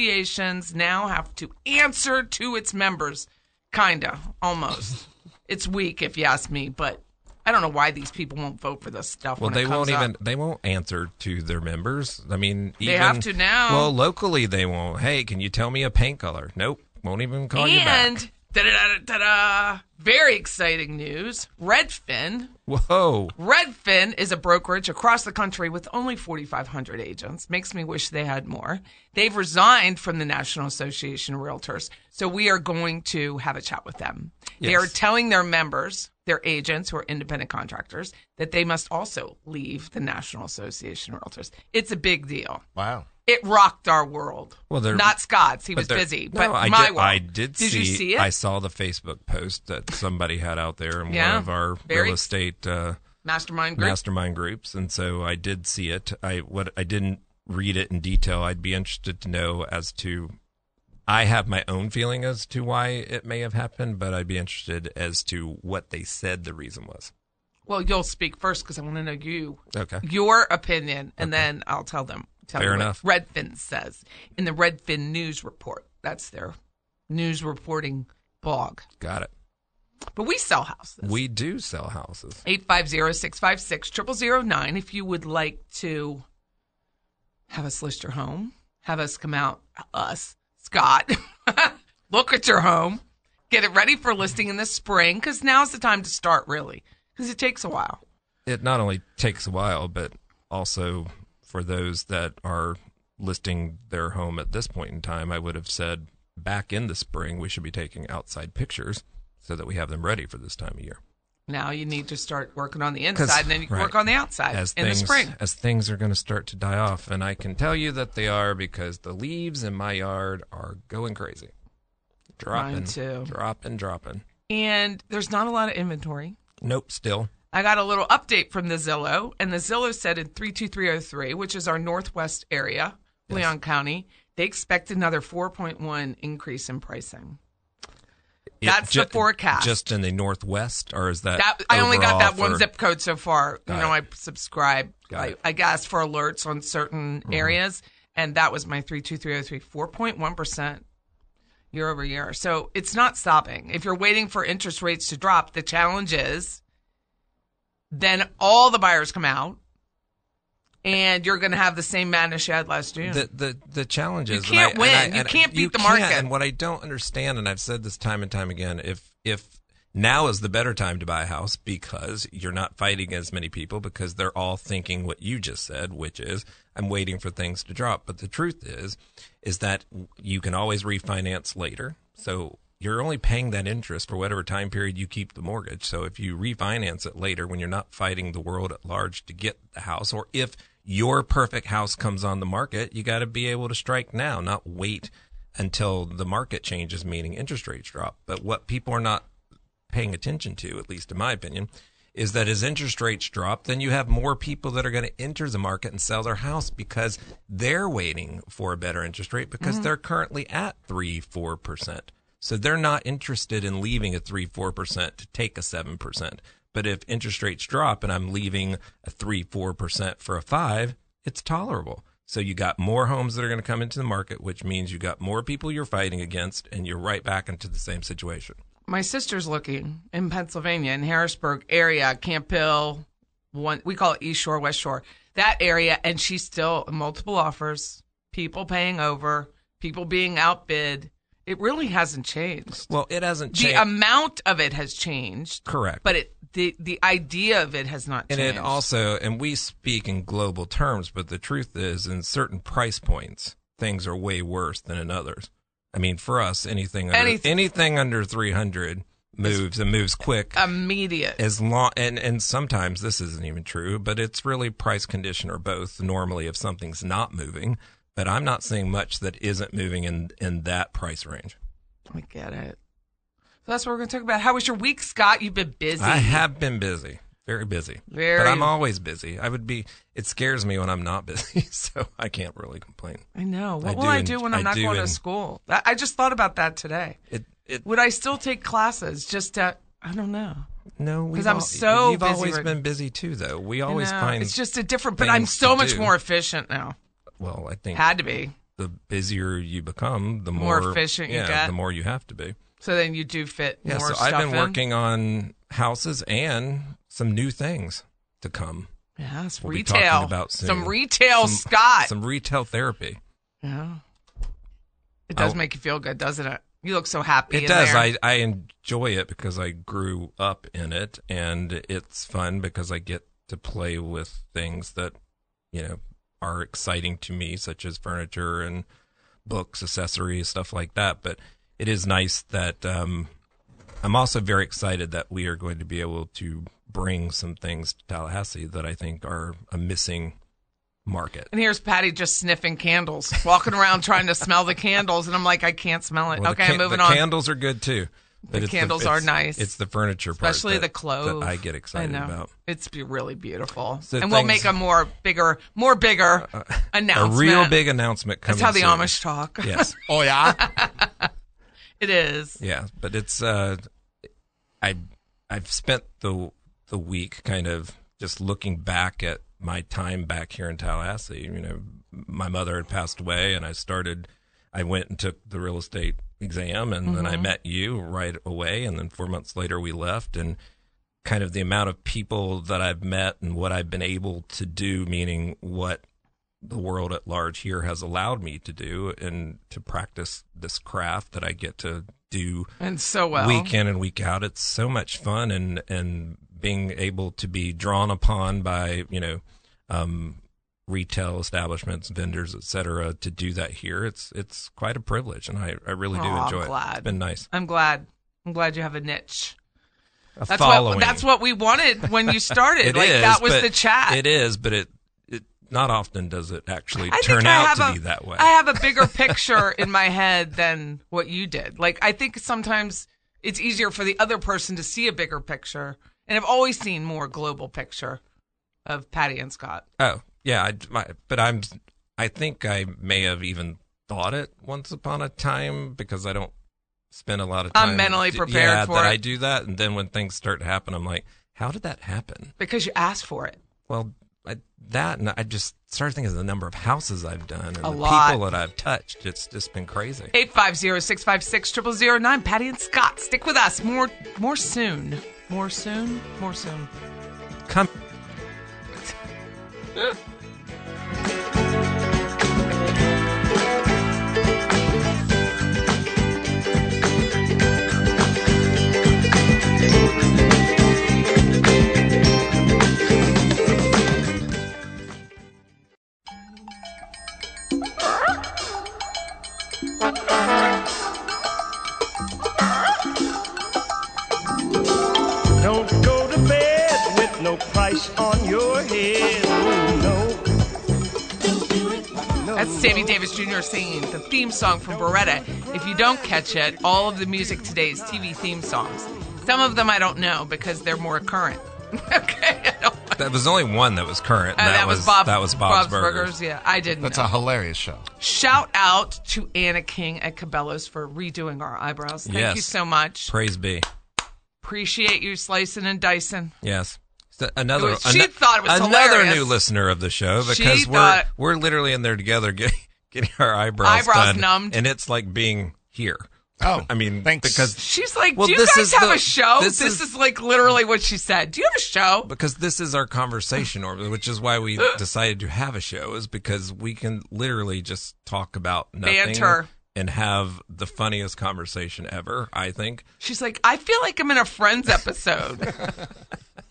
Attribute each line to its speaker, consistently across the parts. Speaker 1: associations now have to answer to its members, kinda, almost. it's weak if you ask me, but I don't know why these people won't vote for this stuff.
Speaker 2: Well,
Speaker 1: when it
Speaker 2: they won't
Speaker 1: comes up.
Speaker 2: even they won't answer to their members. I mean, even,
Speaker 1: have to now.
Speaker 2: Well, locally they won't. Hey, can you tell me a paint color? Nope, won't even call you back.
Speaker 1: And da da da da da. Very exciting news. Redfin
Speaker 2: Whoa,
Speaker 1: Redfin is a brokerage across the country with only 4,500 agents. Makes me wish they had more. They've resigned from the National Association of Realtors. So we are going to have a chat with them. They
Speaker 2: Yes.
Speaker 1: are telling their members, their agents who are independent contractors, that they must also leave the National Association of Realtors. It's a big deal.
Speaker 3: Wow.
Speaker 1: It rocked our world.
Speaker 2: Well, they're-
Speaker 1: not Scott's. He
Speaker 2: But
Speaker 1: was
Speaker 2: there-
Speaker 1: busy,
Speaker 2: no,
Speaker 1: but
Speaker 2: I
Speaker 1: my
Speaker 2: did,
Speaker 1: world.
Speaker 2: I did,
Speaker 1: Did
Speaker 2: see,
Speaker 1: you see it?
Speaker 2: I saw the Facebook post that somebody had out there in
Speaker 1: Yeah,
Speaker 2: one of our
Speaker 1: very-
Speaker 2: real estate uh,
Speaker 1: Mastermind group.
Speaker 2: mastermind groups, and so I did see it. I what I didn't read it in detail. I'd be interested to know as to. I have my own feeling as to why it may have happened, but I'd be interested as to what they said the reason was.
Speaker 1: well, you'll speak first because I want to know you
Speaker 2: Okay.
Speaker 1: your opinion, and then I'll tell them. Tell
Speaker 2: Fair
Speaker 1: you what
Speaker 2: enough.
Speaker 1: Redfin says in the Redfin News Report. That's their news reporting blog.
Speaker 2: Got it.
Speaker 1: But we sell houses.
Speaker 2: We do sell houses.
Speaker 1: 850-656-0009 if you would like to have us list your home, have us come out, us, Scott, look at your home, get it ready for listing in the spring because now's the time to start really because it takes a while.
Speaker 2: It not only takes a while, but also for those that are listing their home at this point in time, I would have said back in the spring we should be taking outside pictures so that we have them ready for this time of year.
Speaker 1: Now you need to start working on the
Speaker 2: 'Cause-
Speaker 1: inside, and then you can
Speaker 2: right.
Speaker 1: work on the outside
Speaker 2: as
Speaker 1: in
Speaker 2: things,
Speaker 1: the spring.
Speaker 2: As things are going to start to die off, and I can tell you that they are because the leaves in my yard are going crazy. Dropping,
Speaker 1: Mine too.
Speaker 2: dropping, dropping.
Speaker 1: And there's not a lot of inventory.
Speaker 2: Nope, still.
Speaker 1: I got a little update from the Zillow, and the Zillow said in 32303, which is our northwest area, Leon County, they expect another 4.1 increase in pricing.
Speaker 2: It
Speaker 1: That's the forecast.
Speaker 2: Just in the northwest, or is that?
Speaker 1: That I only got
Speaker 2: overall
Speaker 1: that one
Speaker 2: for-
Speaker 1: zip code so far.
Speaker 2: Got
Speaker 1: you know,
Speaker 2: it.
Speaker 1: I subscribe,
Speaker 2: Got
Speaker 1: I,
Speaker 2: it. Mm-hmm.
Speaker 1: I guess, for alerts on certain areas, and that was my 32303, 4.1 percent year over year. So it's not stopping. If you're waiting for interest rates to drop, the challenge is then all the buyers come out, and you're going to have the same madness you had last June.
Speaker 2: The, the the challenge
Speaker 1: You
Speaker 2: is and
Speaker 1: can't
Speaker 2: I-
Speaker 1: win.
Speaker 2: and I-
Speaker 1: You
Speaker 2: and
Speaker 1: can't beat
Speaker 2: you
Speaker 1: the market.
Speaker 2: And what I don't understand, and I've said this time and time again, if if now is the better time to buy a house because you're not fighting as many people because they're all thinking what you just said, which is I'm waiting for things to drop. But the truth is, is that you can always refinance later. So you're only paying that interest for whatever time period you keep the mortgage. So if you refinance it later when you're not fighting the world at large to get the house, or if your perfect house comes on the market, you got to be able to strike now, not wait until the market changes, meaning interest rates drop. But what people are not paying attention to, at least in my opinion, is that as interest rates drop, then you have more people that are going to enter the market and sell their house because they're waiting for a better interest rate because they're currently at three, four percent. So they're not interested in leaving a three, four percent to take a seven percent. But if interest rates drop and I'm leaving a three, four percent for a five, it's tolerable. So you got more homes that are going to come into the market, which means you got more people you're fighting against, and you're right back into the same situation.
Speaker 1: my sister's looking in Pennsylvania in Harrisburg area, Camp Hill, one we call it East Shore, West Shore, that area, and she's still multiple offers, people paying over, people being outbid. It really hasn't changed.
Speaker 2: Well, it hasn't
Speaker 1: The
Speaker 2: changed.
Speaker 1: amount of it has changed,
Speaker 2: Correct.
Speaker 1: but it the the idea of it has not
Speaker 2: and
Speaker 1: changed.
Speaker 2: it also, and we speak in global terms, but the truth is, in certain price points, things are way worse than in others. I mean, for us, anything under,
Speaker 1: Anything.
Speaker 2: anything. under three hundred moves and moves quick.
Speaker 1: Uh, immediate.
Speaker 2: as long and and sometimes this isn't even true but it's really price condition or both normally if something's not moving but i'm not seeing much that isn't moving in in that price range
Speaker 1: I get it. So that's what we're going to talk about. How was your week, Scott? You've been busy.
Speaker 2: i have been busy very busy
Speaker 1: Very-
Speaker 2: but i'm always busy i would be it scares me when i'm not busy so i can't really complain
Speaker 1: I know. What
Speaker 2: I
Speaker 1: will
Speaker 2: do
Speaker 1: I
Speaker 2: en-
Speaker 1: do when I'm
Speaker 2: I
Speaker 1: not
Speaker 2: do
Speaker 1: going to
Speaker 2: en-
Speaker 1: school? I I just thought about that today.
Speaker 2: it it
Speaker 1: Would I still take classes? Just to, I don't know.
Speaker 2: No, we've
Speaker 1: 'Cause I'm
Speaker 2: al-
Speaker 1: so
Speaker 2: You've
Speaker 1: busy
Speaker 2: always
Speaker 1: right-
Speaker 2: been busy too, though. We
Speaker 1: I
Speaker 2: always
Speaker 1: know.
Speaker 2: find
Speaker 1: it's just a different. But I'm
Speaker 2: things
Speaker 1: so
Speaker 2: to
Speaker 1: much
Speaker 2: do.
Speaker 1: more efficient now.
Speaker 2: Well, I think
Speaker 1: Had to be.
Speaker 2: the busier you become, the
Speaker 1: More
Speaker 2: more,
Speaker 1: efficient you
Speaker 2: yeah,
Speaker 1: get.
Speaker 2: the more you have to be.
Speaker 1: So then you do fit
Speaker 2: Yeah,
Speaker 1: more
Speaker 2: so
Speaker 1: stuff
Speaker 2: I've been
Speaker 1: in.
Speaker 2: working on houses and some new things to come.
Speaker 1: Yes,
Speaker 2: We'll be
Speaker 1: retail.
Speaker 2: talking about soon.
Speaker 1: Some retail,
Speaker 2: Some-
Speaker 1: Scott.
Speaker 2: Some retail therapy.
Speaker 1: yeah. It does
Speaker 2: I'll-
Speaker 1: make you feel good, doesn't it? You look so happy.
Speaker 2: It
Speaker 1: in
Speaker 2: does.
Speaker 1: there.
Speaker 2: I, I enjoy it because I grew up in it and it's fun because I get to play with things that, you know, are exciting to me, such as furniture and books, accessories, stuff like that. But it is nice that um, I'm also very excited that we are going to be able to bring some things to Tallahassee that I think are a missing market.
Speaker 1: And here's Patty just sniffing candles, walking around trying to smell the candles, and I'm like, I can't smell it.
Speaker 2: Well, the
Speaker 1: okay,
Speaker 2: ca-
Speaker 1: I'm moving
Speaker 2: the
Speaker 1: on.
Speaker 2: Candles are good too. But
Speaker 1: The
Speaker 2: it's
Speaker 1: candles are
Speaker 2: it's-
Speaker 1: nice.
Speaker 2: It's the furniture, part
Speaker 1: Especially
Speaker 2: that-
Speaker 1: the clothes.
Speaker 2: that I get excited
Speaker 1: I know.
Speaker 2: about.
Speaker 1: It's be really beautiful,
Speaker 2: So
Speaker 1: and we'll
Speaker 2: things-
Speaker 1: make a more bigger, more bigger announcement.
Speaker 2: A real big announcement coming.
Speaker 1: That's how the
Speaker 2: soon.
Speaker 1: Amish talk.
Speaker 2: Yes,
Speaker 3: Oh yeah.
Speaker 1: It is.
Speaker 2: yeah, but it's uh, I I've spent the the week kind of just looking back at my time back here in Tallahassee. You know, my mother had passed away, and I started. I went and took the real estate exam, and then I met you right away. And then four months later, we left, and kind of the amount of people that I've met and what I've been able to do, meaning what the world at large here has allowed me to do and to practice this craft that I get to do
Speaker 1: And so well.
Speaker 2: week in and week out. It's so much fun and and being able to be drawn upon by you know um, retail establishments, vendors, et cetera, to do that here. It's it's quite a privilege, and I, I really do
Speaker 1: Aw, I'm
Speaker 2: enjoy it. It's
Speaker 1: glad.
Speaker 2: been nice.
Speaker 1: I'm glad. I'm glad you have a niche.
Speaker 2: A
Speaker 1: That's
Speaker 2: following.
Speaker 1: what that's what we wanted when you started.
Speaker 2: It
Speaker 1: like
Speaker 2: is,
Speaker 1: that was
Speaker 2: but
Speaker 1: the chat.
Speaker 2: It is, but it, it not often does it actually
Speaker 1: I
Speaker 2: turn
Speaker 1: think I
Speaker 2: out
Speaker 1: have
Speaker 2: to
Speaker 1: a,
Speaker 2: be that way.
Speaker 1: I have a bigger picture in my head than what you did. Like I think sometimes it's easier for the other person to see a bigger picture, and I've always seen more global picture of Patty and Scott.
Speaker 2: Oh yeah, I, my, but I'm. I think I may have even thought it once upon a time because I don't spend a lot of
Speaker 1: I'm
Speaker 2: time.
Speaker 1: mentally
Speaker 2: d-
Speaker 1: prepared
Speaker 2: yeah,
Speaker 1: for
Speaker 2: that
Speaker 1: it.
Speaker 2: I do that, and then when things start to happen, I'm like, how did that happen?
Speaker 1: Because you asked for it.
Speaker 2: Well, I, that and I just started thinking of the number of houses I've done and the
Speaker 1: lot.
Speaker 2: people that I've touched. It's just been crazy.
Speaker 1: 850-656-0009. Patty and Scott, stick with us. More more soon. More soon. More soon.
Speaker 2: Come.
Speaker 4: Don't go to bed with no price on your head. Oh, no.
Speaker 1: That's Sammy Davis Jr. singing the theme song from Beretta. If you don't catch it, all of the music today is TV theme songs. Some of them I don't know because they're more current. okay. I don't-
Speaker 2: That was only one that was current.
Speaker 1: Uh,
Speaker 2: and that, was
Speaker 1: Bob,
Speaker 2: that was Bob's, Burgers.
Speaker 1: Yeah, I didn't.
Speaker 3: That's
Speaker 1: know.
Speaker 3: a hilarious show.
Speaker 1: Shout out to Anna King at Cabela's for redoing our eyebrows. Thank you
Speaker 2: Yes.
Speaker 1: so much.
Speaker 2: Praise be.
Speaker 1: Appreciate you slicing and dicing.
Speaker 2: Yes. So Another,
Speaker 1: It was- she thought it was
Speaker 2: another
Speaker 1: hilarious.
Speaker 2: new listener of the show
Speaker 1: She
Speaker 2: because we're
Speaker 1: thought-
Speaker 2: we're literally in there together getting, getting our eyebrows,
Speaker 1: Eyebrows
Speaker 2: done,
Speaker 1: numbed.
Speaker 2: and it's like being here.
Speaker 3: Oh,
Speaker 2: I mean,
Speaker 3: thanks.
Speaker 2: because
Speaker 1: She's like,
Speaker 2: Well,
Speaker 1: "Do you
Speaker 2: this
Speaker 1: guys
Speaker 2: is
Speaker 1: have
Speaker 2: the-
Speaker 1: a show?"
Speaker 2: this
Speaker 1: this
Speaker 2: is-
Speaker 1: is like literally what she said. Do you have a show?
Speaker 2: because this is our conversation, or which is why we decided to have a show, is because we can literally just talk about nothing
Speaker 1: Banter.
Speaker 2: and have the funniest conversation ever. I think
Speaker 1: She's like, I feel like I'm in a Friends episode.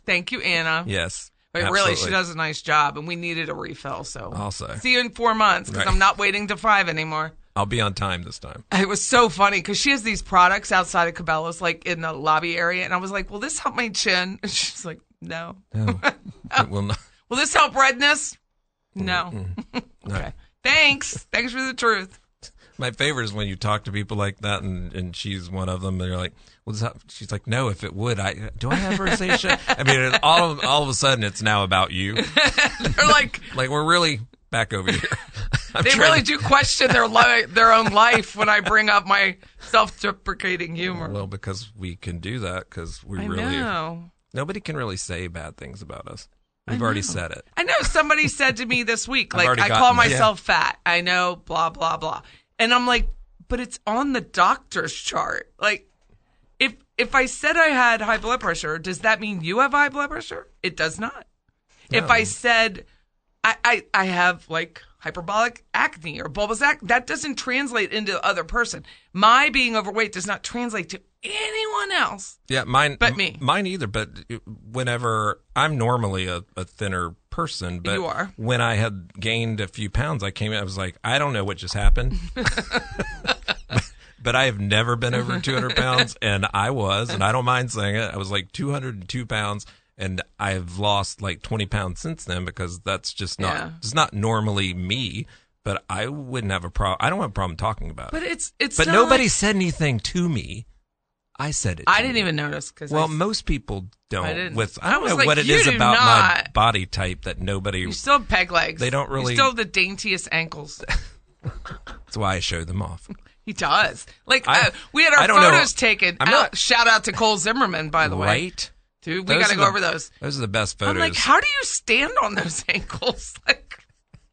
Speaker 1: Thank you, Anna.
Speaker 2: yes,
Speaker 1: but really, she
Speaker 2: absolutely.
Speaker 1: does a nice job, and we needed a refill. So
Speaker 2: Also.
Speaker 1: see you in four months because
Speaker 2: Right.
Speaker 1: I'm not waiting to five anymore.
Speaker 2: I'll be on time this time.
Speaker 1: It was so funny because she has these products outside of Cabela's, like in the lobby area, and I was like, "Will this help my chin?" And she's like, "No."
Speaker 2: No,
Speaker 1: Oh.
Speaker 2: it will not.
Speaker 1: Will this help redness?
Speaker 2: Mm-hmm.
Speaker 1: No. okay. Thanks. Thanks for the truth.
Speaker 2: My favorite is when you talk to people like that, and, and she's one of them, and you're like, "Well, does that, she's like, no, if it would, I do I have rosacea? I mean, it, all of, all of a sudden, it's now about you.
Speaker 1: They're like,
Speaker 2: Like we're really back over here. I'm
Speaker 1: they
Speaker 2: trying
Speaker 1: really
Speaker 2: to-
Speaker 1: do question their li- their own life when I bring up my self-deprecating humor.
Speaker 2: Well, because we can do that because we
Speaker 1: I
Speaker 2: really
Speaker 1: know.
Speaker 2: nobody can really say bad things about us. We've already said it.
Speaker 1: I know somebody said to me this week,
Speaker 2: I've
Speaker 1: like,
Speaker 2: already
Speaker 1: I call
Speaker 2: gotten that.
Speaker 1: myself fat. I know, blah, blah, blah. And I'm like, but it's on the doctor's chart. Like, if if I said I had high blood pressure, does that mean you have high blood pressure? It does not. If I said I, I, I have like hyperbolic acne or bulbous acne, that doesn't translate into the other person. My being overweight does not translate to anyone else.
Speaker 2: Yeah, mine.
Speaker 1: But
Speaker 2: m-
Speaker 1: me.
Speaker 2: mine either. But whenever I'm normally a, a thinner person, but
Speaker 1: You are.
Speaker 2: When I had gained a few pounds, I came in. I was like, I don't know what just happened. But I have never been over 200 pounds, and I was, and I don't mind saying it. I was like 202 pounds, and I've lost like 20 pounds since then because that's just not
Speaker 1: Yeah.
Speaker 2: it's not normally me. But I wouldn't have a problem. I don't have a problem talking about
Speaker 1: But
Speaker 2: it.
Speaker 1: it's it's
Speaker 2: But
Speaker 1: not-
Speaker 2: nobody said anything to me. I said it.
Speaker 1: I
Speaker 2: to
Speaker 1: didn't
Speaker 2: you.
Speaker 1: even notice because
Speaker 2: Well, most people don't.
Speaker 1: I didn't.
Speaker 2: With
Speaker 1: I
Speaker 2: I don't
Speaker 1: was
Speaker 2: know
Speaker 1: like,
Speaker 2: what it
Speaker 1: you
Speaker 2: is
Speaker 1: do
Speaker 2: about my
Speaker 1: not.
Speaker 2: body type that nobody.
Speaker 1: You still have peg legs.
Speaker 2: They don't really-
Speaker 1: You still have the daintiest ankles.
Speaker 2: That's why I show them off.
Speaker 1: He does. Like
Speaker 2: I-
Speaker 1: uh, we had
Speaker 2: I
Speaker 1: our
Speaker 2: don't know.
Speaker 1: photos taken.
Speaker 2: I'm
Speaker 1: Out-
Speaker 2: not-
Speaker 1: shout out to Cole Zimmerman, by the way.
Speaker 2: right?
Speaker 1: Dude, we
Speaker 2: Those
Speaker 1: got to
Speaker 2: are
Speaker 1: go
Speaker 2: the-
Speaker 1: over those.
Speaker 2: Those are the best photos.
Speaker 1: I'm like, how do you stand on those ankles? Like,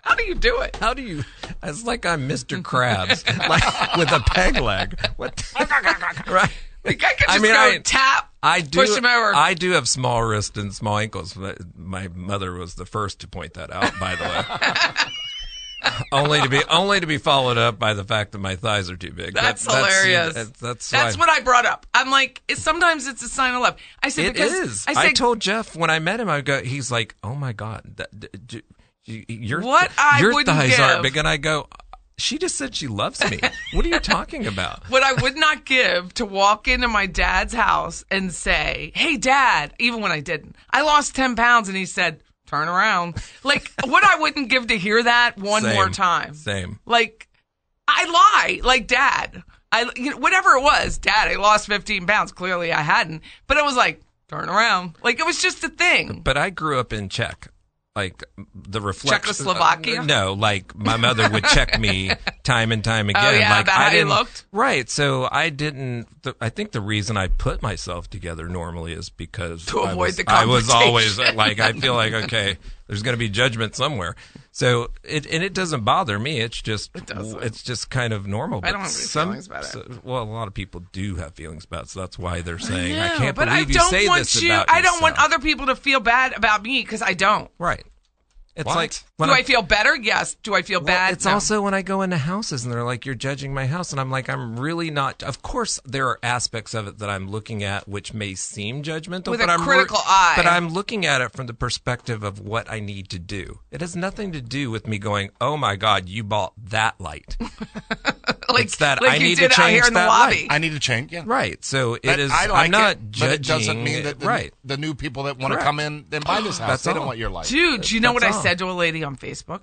Speaker 1: how do you do it?
Speaker 2: How do you? It's like I'm Mr. Krabs, like with a peg leg. What? the- right.
Speaker 1: Like I could just
Speaker 2: I mean,
Speaker 1: go
Speaker 2: I-
Speaker 1: tap.
Speaker 2: I do.
Speaker 1: push him over.
Speaker 2: I do have small wrists and small ankles. but My mother was the first to point that out. By the way. only to be only to be followed up by the fact that my thighs are too big. That-
Speaker 1: that's, hilarious.
Speaker 2: That's that's,
Speaker 1: That's
Speaker 2: why-
Speaker 1: what I brought up. I'm like, it's, sometimes it's a sign of love. I said
Speaker 2: It
Speaker 1: because
Speaker 2: is.
Speaker 1: I
Speaker 2: I,
Speaker 1: said
Speaker 2: told Jeff when I met him. I go. He's like, "Oh my god, that, d- d- you- your
Speaker 1: What I
Speaker 2: your
Speaker 1: wouldn't
Speaker 2: thighs aren't
Speaker 1: give.
Speaker 2: big." And I go, "She just said she loves me. what are you talking about?"
Speaker 1: what I would not give to walk into my dad's house and say, "Hey, Dad," even when I didn't. I lost ten pounds, and he said, "Turn around." Like what I wouldn't give to hear that one
Speaker 2: Same.
Speaker 1: more time.
Speaker 2: Same.
Speaker 1: Like I lie, like Dad. I you know, whatever it was, Dad. I lost fifteen pounds. Clearly, I hadn't, but it was like turn around. Like it was just a thing.
Speaker 2: But I grew up in Czech, like the reflection.
Speaker 1: Czechoslovakia?
Speaker 2: uh, no, like my mother would check me time and time again.
Speaker 1: Oh, yeah,
Speaker 2: like
Speaker 1: about
Speaker 2: I
Speaker 1: how you
Speaker 2: didn't,
Speaker 1: looked?
Speaker 2: Right. So I didn't. The, I think the reason I put myself together normally is because
Speaker 1: To
Speaker 2: I
Speaker 1: avoid
Speaker 2: was,
Speaker 1: the
Speaker 2: I was always
Speaker 1: confrontation.
Speaker 2: like I feel like okay, there's going to be judgment somewhere. So it and it doesn't bother me. It's just
Speaker 1: doesn't.
Speaker 2: it's just kind of normal.
Speaker 1: I don't have any
Speaker 2: some-
Speaker 1: feelings about it.
Speaker 2: so- well, a lot of people do have feelings about. it, So that's why they're saying I,
Speaker 1: No,
Speaker 2: can't
Speaker 1: but
Speaker 2: believe
Speaker 1: I
Speaker 2: you
Speaker 1: don't
Speaker 2: say
Speaker 1: want
Speaker 2: this
Speaker 1: you.
Speaker 2: about
Speaker 1: I don't want
Speaker 2: yourself."
Speaker 1: other people to feel bad about me because I don't.
Speaker 2: Right. It's
Speaker 3: What?
Speaker 2: like
Speaker 1: Do I, feel better? Yes. Do I feel
Speaker 2: Well,
Speaker 1: bad?
Speaker 2: It's
Speaker 1: No.
Speaker 2: also when I go into houses and they're like, "You're judging my house," and I'm like, "I'm really not." Of course, there are aspects of it that I'm looking at which may seem judgmental,
Speaker 1: With
Speaker 2: but
Speaker 1: a
Speaker 2: I'm
Speaker 1: critical eye.
Speaker 2: But I'm looking at it from the perspective of what I need to do. It has nothing to do with me going, "Oh my God, you bought that light."
Speaker 1: like,
Speaker 2: it's that
Speaker 1: like
Speaker 2: I
Speaker 1: you
Speaker 2: need to
Speaker 1: did out here
Speaker 2: change
Speaker 1: in the
Speaker 2: that
Speaker 1: lobby.
Speaker 3: I need to change. Yeah.
Speaker 2: right. So it
Speaker 3: That-
Speaker 2: is.
Speaker 3: I like
Speaker 2: am not
Speaker 3: it,
Speaker 2: judging.
Speaker 3: But it doesn't mean that the,
Speaker 2: right.
Speaker 3: the new people that want to
Speaker 2: Correct.
Speaker 3: come in and buy this house,
Speaker 2: That's
Speaker 3: they don't
Speaker 2: all.
Speaker 3: want your life.
Speaker 1: Dude, do you know what
Speaker 2: That's
Speaker 1: I
Speaker 2: all.
Speaker 1: said to a lady on Facebook?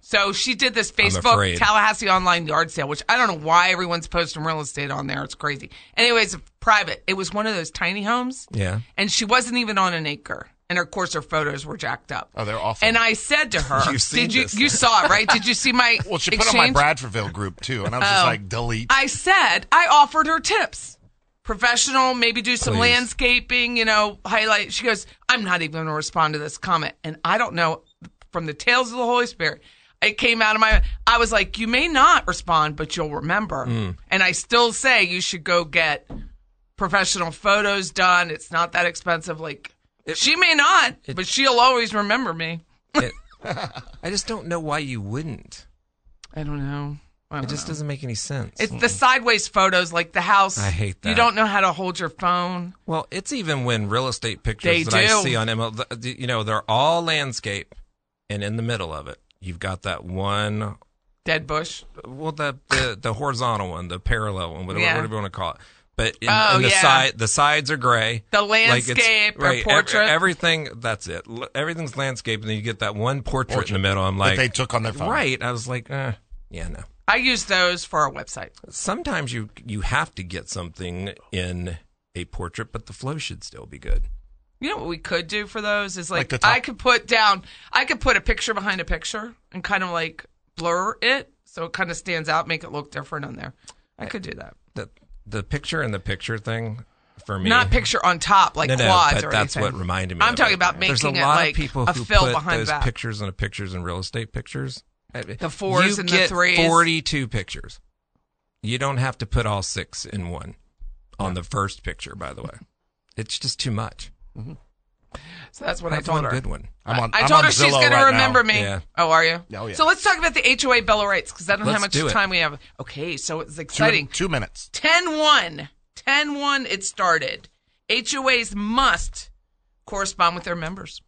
Speaker 1: So she did this Facebook
Speaker 2: afraid.
Speaker 1: Tallahassee online yard sale, which I don't know why everyone's posting real estate on there. It's crazy. Anyways, private. It was one of those tiny homes.
Speaker 2: Yeah.
Speaker 1: And she wasn't even on an acre. And of course, her photos were jacked up.
Speaker 3: Oh, they're awful.
Speaker 1: And I said to her,
Speaker 2: You've seen
Speaker 1: "Did you
Speaker 2: this.
Speaker 1: you saw it right? Did you see my
Speaker 3: Well, she put on
Speaker 1: exchange?
Speaker 3: my Bradfordville group too, and I was just
Speaker 2: Oh.
Speaker 3: like, delete.
Speaker 1: I said I offered her tips. Professional, maybe do some
Speaker 2: Please.
Speaker 1: landscaping, you know, highlight. She goes, I'm not even going to respond to this comment. And I don't know, from the tales of the Holy Spirit, it came out of my, I was like, you may not respond, but you'll remember.
Speaker 2: Mm.
Speaker 1: And I still say you should go get professional photos done. It's not that expensive. Like, she may not, but she'll always remember me.
Speaker 2: It- I just don't know why you wouldn't.
Speaker 1: I don't know. I
Speaker 2: It
Speaker 1: don't
Speaker 2: just
Speaker 1: know.
Speaker 2: doesn't make any sense.
Speaker 1: It's the sideways photos, like the house.
Speaker 2: I hate
Speaker 1: You
Speaker 2: that.
Speaker 1: don't know how to hold your phone.
Speaker 2: Well, it's even when real estate pictures
Speaker 1: They
Speaker 2: that
Speaker 1: do.
Speaker 2: I see on ML, th- th- you know, they're all landscape, and in the middle of it, you've got that one,
Speaker 1: Dead bush.
Speaker 2: well, the the, the horizontal one, the parallel one, whatever,
Speaker 1: Yeah.
Speaker 2: whatever you want to call it. But in,
Speaker 1: Oh,
Speaker 2: in the
Speaker 1: yeah.
Speaker 2: side, the sides are gray.
Speaker 1: The
Speaker 2: Like, it's-
Speaker 1: landscape or
Speaker 2: right, ev-
Speaker 1: portrait.
Speaker 2: everything that's it. L- Everything's landscape, and then you get that one portrait, in the middle. I'm
Speaker 3: that
Speaker 2: like,
Speaker 3: they took on their phone.
Speaker 2: right? I was like, eh, yeah, no.
Speaker 1: I use those for our website.
Speaker 2: Sometimes you you have to get something in a portrait, but the flow should still be good.
Speaker 1: You know what we could do for those is like,
Speaker 3: Like the top-
Speaker 1: I could put down, I could put a picture behind a picture and kind of like blur it so it kind of stands out, make it look different on there. I could do that.
Speaker 2: The, the picture in the picture thing for me.
Speaker 1: Not picture on top like
Speaker 2: No, no,
Speaker 1: quads
Speaker 2: but
Speaker 1: or
Speaker 2: that's
Speaker 1: anything.
Speaker 2: what reminded me.
Speaker 1: I'm
Speaker 2: of
Speaker 1: talking
Speaker 2: it.
Speaker 1: about making
Speaker 2: There's a lot
Speaker 1: it like
Speaker 2: of people
Speaker 1: a
Speaker 2: who
Speaker 1: fill
Speaker 2: put
Speaker 1: behind
Speaker 2: those
Speaker 1: back.
Speaker 2: pictures and pictures and real estate pictures. Uh,
Speaker 1: The fours
Speaker 2: you
Speaker 1: and the
Speaker 2: get
Speaker 1: threes.
Speaker 2: Forty-two pictures. You don't have to put all six in one on the first picture. By the way, it's just too much.
Speaker 1: So that's what I
Speaker 2: Have
Speaker 1: told
Speaker 2: one
Speaker 1: her.
Speaker 2: good one.
Speaker 3: I'm on,
Speaker 1: I
Speaker 3: I'm
Speaker 1: told
Speaker 3: on
Speaker 1: her she's
Speaker 3: Zillow
Speaker 1: going
Speaker 3: right
Speaker 1: to remember
Speaker 3: now.
Speaker 1: me.
Speaker 2: Yeah.
Speaker 1: Oh, are you?
Speaker 3: Oh, yeah.
Speaker 1: So let's talk about the HOA bill of rights because I don't know how
Speaker 2: Let's
Speaker 1: much
Speaker 2: do it.
Speaker 1: time we have. Okay, so it's
Speaker 3: Two,
Speaker 1: exciting.
Speaker 3: two minutes.
Speaker 1: 10 1. 10 1, it started. HOAs must correspond with their members.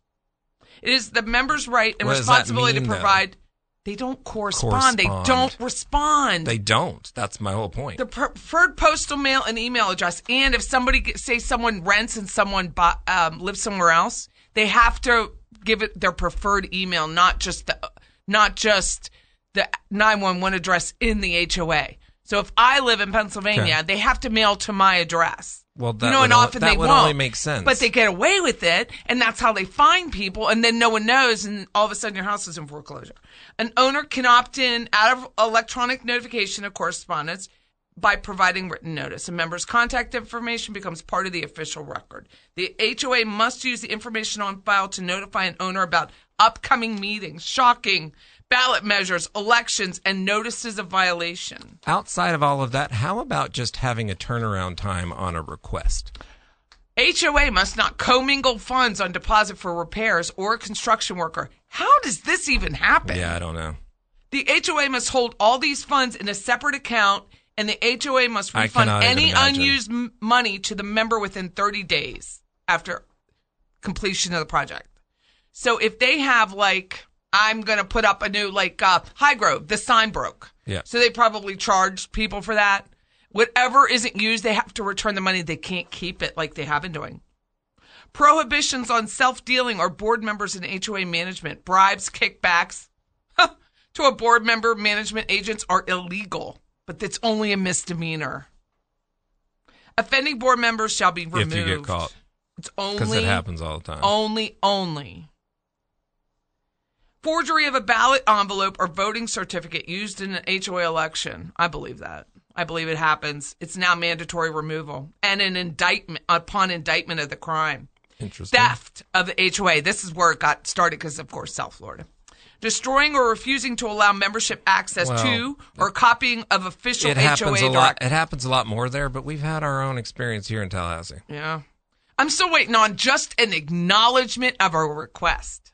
Speaker 1: It is the members' right and
Speaker 2: What does that
Speaker 1: responsibility
Speaker 2: mean,
Speaker 1: to
Speaker 2: though?
Speaker 1: provide. They don't correspond.
Speaker 2: Correspond.
Speaker 1: They don't respond.
Speaker 2: They don't. That's my whole point.
Speaker 1: the pre- preferred postal mail and email address. And if somebody, ge- say, someone rents and someone bu- um, lives somewhere else, they have to give it their preferred email, not just the, not just the nine one one address in the HOA. So if I live in Pennsylvania,
Speaker 2: Okay.
Speaker 1: they have to mail to my address.
Speaker 2: Well, that
Speaker 1: you know,
Speaker 2: would
Speaker 1: and
Speaker 2: al-
Speaker 1: often
Speaker 2: that
Speaker 1: they
Speaker 2: would
Speaker 1: won't.
Speaker 2: only make sense.
Speaker 1: But they get away with it, and that's how they find people, and then no one knows, and all of a sudden your house is in foreclosure. An owner can opt in out of electronic notification of correspondence by providing written notice. A member's contact information becomes part of the official record. The HOA must use the information on file to notify an owner about upcoming meetings, shocking ballot measures, elections, and notices of violation.
Speaker 2: Outside of all of that, how about just having a turnaround time on a request?
Speaker 1: HOA must not commingle funds on deposit for repairs or a construction worker. How does this even happen?
Speaker 2: Yeah, I don't know.
Speaker 1: The HOA must hold all these funds in a separate account, and the HOA must
Speaker 2: I
Speaker 1: refund
Speaker 2: cannot even
Speaker 1: any
Speaker 2: imagine.
Speaker 1: unused m- money to the member within 30 days after completion of the project. So if they have like, I'm gonna put up a new like uh, High Grove, the sign broke.
Speaker 2: Yeah.
Speaker 1: So they probably charge people for that. Whatever isn't used, they have to return the money. They can't keep it like they have been doing. Prohibitions on self dealing or board members in HOA management, bribes, kickbacks to a board member, management agents are illegal, but that's only a misdemeanor. Offending board members shall be removed.
Speaker 2: If you get caught,
Speaker 1: it's
Speaker 2: because
Speaker 1: only
Speaker 2: it happens all the time.
Speaker 1: only, only. Forgery of a ballot envelope or voting certificate used in an HOA election. I believe that. I believe it happens. It's now mandatory removal and an indictment upon indictment of the crime.
Speaker 2: Interesting.
Speaker 1: Theft of the HOA. This is where it got started because, of course, South Florida. Destroying or refusing to allow membership access
Speaker 2: Well,
Speaker 1: to or copying of official
Speaker 2: it
Speaker 1: HOA
Speaker 2: happens a lot.
Speaker 1: direct-
Speaker 2: It happens a lot more there, but we've had our own experience here in Tallahassee.
Speaker 1: Yeah. I'm still waiting on just an acknowledgement of our request.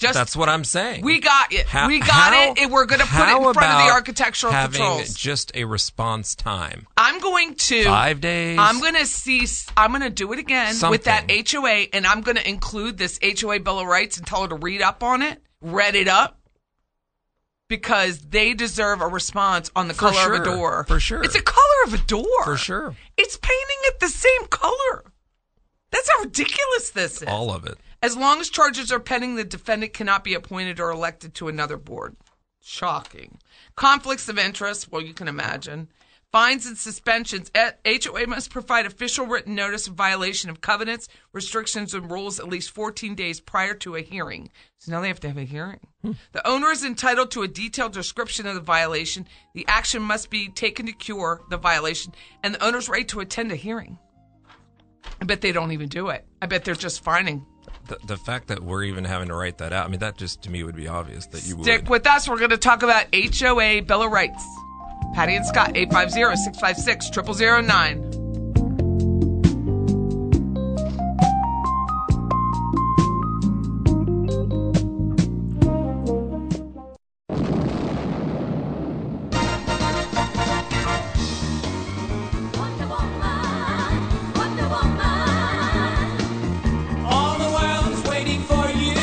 Speaker 1: Just
Speaker 2: That's what I'm saying.
Speaker 1: We got it.
Speaker 2: How-
Speaker 1: we got
Speaker 2: how-
Speaker 1: it, and we're going to put it
Speaker 2: how
Speaker 1: in front of
Speaker 2: about
Speaker 1: the architectural
Speaker 2: having
Speaker 1: controls.
Speaker 2: Just a response time,
Speaker 1: I'm going to.
Speaker 2: five days.
Speaker 1: I'm going to cease. I'm going to do it again with that
Speaker 2: Something.
Speaker 1: HOA, and I'm going to include this HOA Bill of Rights and tell her to read up on it, read it up, because they deserve a response on the
Speaker 2: For
Speaker 1: color of
Speaker 2: sure.
Speaker 1: a door.
Speaker 2: For sure.
Speaker 1: It's a color of a door.
Speaker 2: for sure.
Speaker 1: It's painting it the same color. That's how ridiculous this is.
Speaker 2: All of it.
Speaker 1: As long as charges are pending, the defendant cannot be appointed or elected to another board. Shocking. Conflicts of interest, well, you can imagine. Fines and suspensions. Eh, HOA must provide official written notice of violation of covenants, restrictions, and rules at least 14 days prior to a hearing. So now they have to have a hearing. The owner is entitled to a detailed description of the violation. The action must be taken to cure the violation, and the owner's right to attend a hearing. I bet they don't even do it. I bet they're just fining.
Speaker 2: The, the fact that we're even having to write that out. I mean, that just to me would be obvious that you
Speaker 1: Stick
Speaker 2: would.
Speaker 1: with us. We're going to talk about HOA Bill of Rights. Patty and Scott, 850 656 0009.
Speaker 5: Wonder Woman, Wonder Woman.
Speaker 6: All the world is waiting for you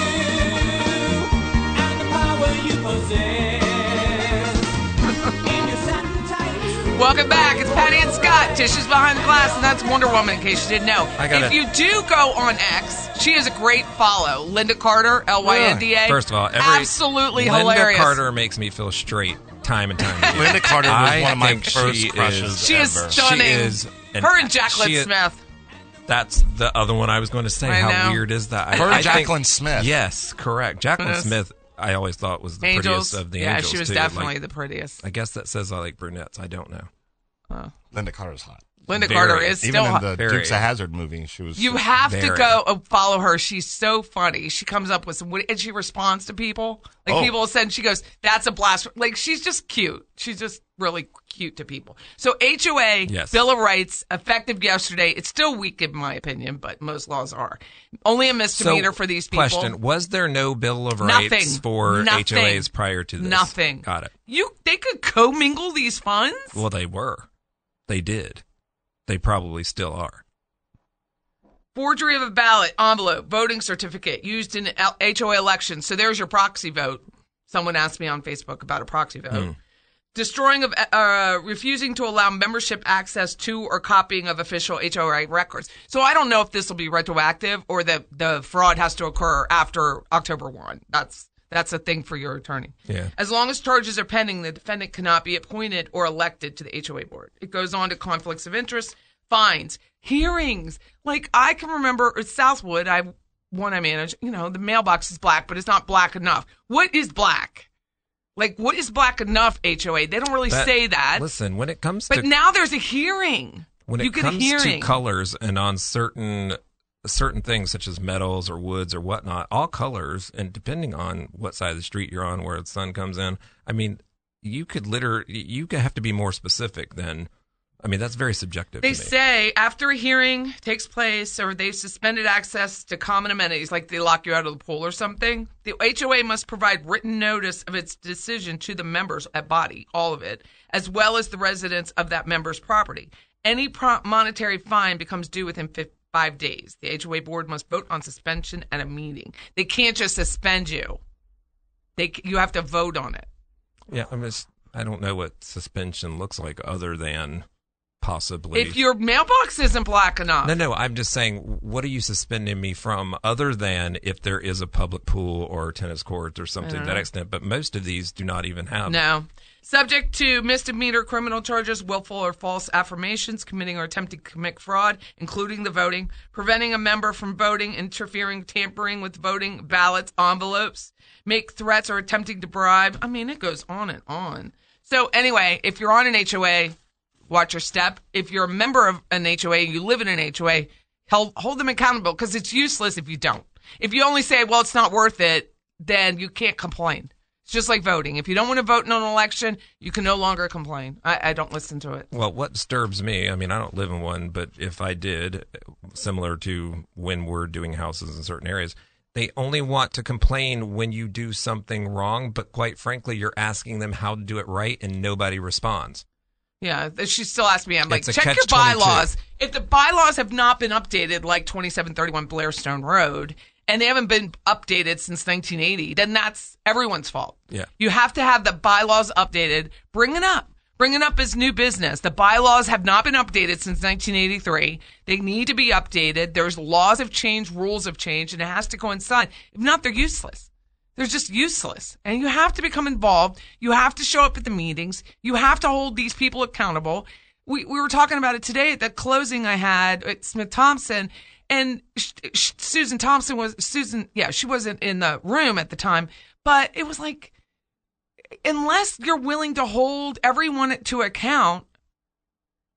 Speaker 6: and the power you possess. In your satin tights,
Speaker 1: Welcome back. It's Patty and Scott. Tish is behind the glass, and that's Wonder Woman, in case you didn't know.
Speaker 2: I got
Speaker 1: if
Speaker 2: it.
Speaker 1: you do go on X, she is a great follow. Linda Carter, L Y N D A.
Speaker 2: First of all, every,
Speaker 1: absolutely
Speaker 2: Linda
Speaker 1: hilarious.
Speaker 2: Carter makes me feel straight time and time again.
Speaker 3: Linda Carter was
Speaker 2: I
Speaker 3: one of my
Speaker 2: think she
Speaker 3: first crushes
Speaker 2: is-
Speaker 1: She is
Speaker 3: ever.
Speaker 1: stunning.
Speaker 2: She is an-
Speaker 1: Her and Jacqueline
Speaker 2: she is-
Speaker 1: Smith.
Speaker 2: That's the other one I was going to say.
Speaker 1: I
Speaker 2: How
Speaker 1: know.
Speaker 2: weird is that? I-
Speaker 3: Her
Speaker 2: I think-
Speaker 3: Jacqueline Smith.
Speaker 2: Yes, correct. Jacqueline
Speaker 1: Yes.
Speaker 2: Smith I always thought was the
Speaker 1: angels.
Speaker 2: prettiest of the
Speaker 1: yeah,
Speaker 2: angels.
Speaker 1: she was
Speaker 2: too.
Speaker 1: definitely
Speaker 2: Like,
Speaker 1: the prettiest.
Speaker 2: I guess that says I like brunettes. I don't know.
Speaker 3: Linda Carter's hot.
Speaker 1: Linda
Speaker 2: very-
Speaker 1: Carter is
Speaker 3: Even
Speaker 1: still
Speaker 3: in the
Speaker 2: Very.
Speaker 3: Dukes of Hazard movie, she was.
Speaker 1: You have to
Speaker 2: Very.
Speaker 1: go and follow her. She's so funny. She comes up with some wit- and she responds to people. Like
Speaker 3: Oh.
Speaker 1: people will send, she goes, "That's a blast!" Like she's just cute. She's just really cute to people. So HOA
Speaker 2: Yes.
Speaker 1: Bill of Rights effective yesterday. It's still weak in my opinion, but most laws are only a misdemeanor for these people.
Speaker 2: Question: Was there no Bill of Rights
Speaker 1: Nothing
Speaker 2: for
Speaker 1: Nothing.
Speaker 2: HOAs prior to this?
Speaker 1: Nothing.
Speaker 2: Got it.
Speaker 1: You they could commingle these funds.
Speaker 2: Well, they were. They did. They probably still are.
Speaker 1: Forgery of a ballot, envelope, voting certificate used in L- HOA elections. So there's your proxy vote. Someone asked me on Facebook about a proxy vote. Destroying of, uh, refusing to allow membership access to or copying of official HOA records. So I don't know if this will be retroactive or that the fraud has to occur after October 1. That's, that's a thing for your attorney.
Speaker 2: Yeah.
Speaker 1: As long as charges are pending, the defendant cannot be appointed or elected to the HOA board. It goes on to conflicts of interest, fines, hearings. Like I can remember at Southwood, I one I manage, you know, the mailbox is black, but it's not black enough. What is black? Like what is black enough HOA? They don't really say that.
Speaker 2: Listen, when it comes
Speaker 1: but
Speaker 2: to
Speaker 1: now there's a hearing.
Speaker 2: when
Speaker 1: you
Speaker 2: it
Speaker 1: get a
Speaker 2: comes to
Speaker 1: hearing.
Speaker 2: colors and on certain certain things such as metals or woods or whatnot, all colors and depending on what side of the street you're on, where the sun comes in, I mean, you could literally you could have to be more specific than. I mean, that's very subjective.
Speaker 1: They
Speaker 2: to me.
Speaker 1: say after a hearing takes place or they've suspended access to common amenities, like they lock you out of the pool or something, the HOA must provide written notice of its decision to the members at body, all of it, as well as the residents of that member's property. Any pro- monetary fine becomes due within fif- five days. The HOA board must vote on suspension at a meeting. They can't just suspend you. They c- you have to vote on it.
Speaker 2: Yeah, I'm just. I don't know what suspension looks like other than possibly.
Speaker 1: If your mailbox isn't black enough,
Speaker 2: no, no, I'm just saying, what are you suspending me from other than if there is a public pool or tennis courts or something to that extent? But most of these do not even have.
Speaker 1: Uh-huh. No. Subject to misdemeanor criminal charges, willful or false affirmations, committing or attempting to commit fraud, including the voting, preventing a member from voting, interfering, tampering with voting ballots, envelopes, make threats or attempting to bribe. I mean, it goes on and on. So, anyway, if you're on an HOA, watch your step. If you're a member of an HOA, you live in an HOA, hold, hold them accountable because it's useless if you don't. If you only say, well, it's not worth it, then you can't complain. It's just like voting. If you don't want to vote in an election, you can no longer complain. I, I don't listen to it.
Speaker 2: Well, what disturbs me, I mean, I don't live in one, but if I did, similar to when we're doing houses in certain areas, they only want to complain when you do something wrong. But quite frankly, you're asking them how to do it right, and nobody responds.
Speaker 1: Yeah, th- she still asked me. I'm like,
Speaker 2: It's a
Speaker 1: check your
Speaker 2: catch-22.
Speaker 1: bylaws. If the bylaws have not been updated, like 2731 Blairstone Road, and they haven't been updated since 1980, then that's everyone's fault.
Speaker 2: Yeah.
Speaker 1: you have to have the bylaws updated. Bring it up. Bring it up is new business. The bylaws have not been updated since 1983. They need to be updated. There's laws have changed, rules have changed, and it has to coincide. If not, they're useless. They're just useless. And you have to become involved. You have to show up at the meetings. You have to hold these people accountable. We, we were talking about it today at the closing I had at Smith Thompson. And sh- sh- Susan Thompson was, Susan, yeah, she wasn't in the room at the time, but it was like, unless you're willing to hold everyone to account,